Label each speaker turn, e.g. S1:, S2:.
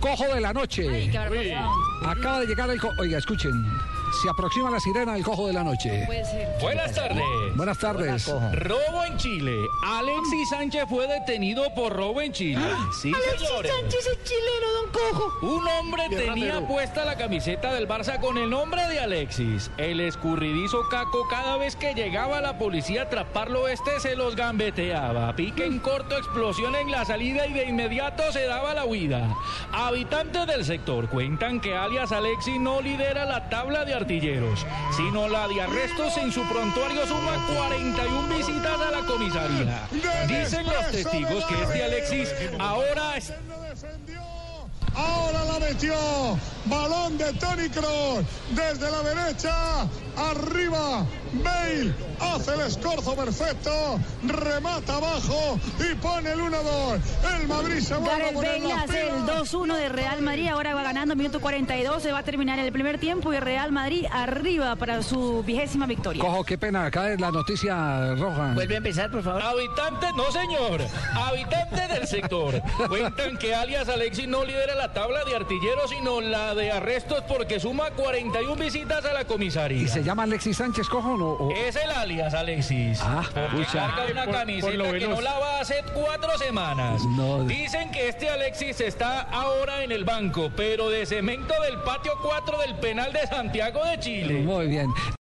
S1: cojo de la noche.
S2: Qué barbaridad.
S1: Acaba de llegar el cojo. Oiga, escuchen. Se aproxima la sirena del cojo de la noche.
S2: Puede ser.
S3: Buenas tardes.
S1: Buenas tardes.
S3: Robo en Chile. Alexis Sánchez fue detenido por robo en Chile. Sí, señores.
S4: es chileno, don Cojo.
S3: Un hombre tenía puesta la camiseta del Barça con el nombre de Alexis. El escurridizo Caco cada vez que llegaba la policía a atraparlo este se los gambeteaba. Pique en corto, explosión en la salida y de inmediato se daba la huida. Habitantes del sector cuentan que alias Alexis no lidera la tabla de artilleros, sino la de arrestos en su prontuario suma 41 visitas a la comisaría. Dicen los testigos que este Alexis ahora es
S5: defendió. Ahora la metió. Balón de Tony Kroos. Desde la derecha. Arriba. Bale hace el escorzo perfecto. Remata abajo. Y pone el 1-2. El Madrid se vuelve a
S2: Gareth
S5: poner
S2: Bale
S5: las
S2: hace el
S5: pilas.
S2: 2-1 de Real Madrid, ahora va ganando, minuto 42, se va a terminar el primer tiempo y Real Madrid arriba para su vigésima victoria.
S1: Cojo, qué pena. Acá es la noticia roja.
S2: Pues,
S4: Vuelve a empezar, por favor.
S3: Habitantes, no señor, habitantes del sector cuentan que alias Alexis no lidera la tabla de artilleros, sino la de arrestos porque suma 41 visitas a la comisaría.
S1: ¿Y se llama Alexis Sánchez, cojo? No, o-
S2: Eh,
S3: Es el alias Alexis.
S1: Ah,
S3: porque
S1: pucha.
S3: carga una camiseta que no lava hace cuatro semanas.
S1: No.
S3: Dicen que este Alexis está ahora en el banco, pero de cemento del patio 4 del penal de Santiago de Chile.
S1: eh, Muy bien.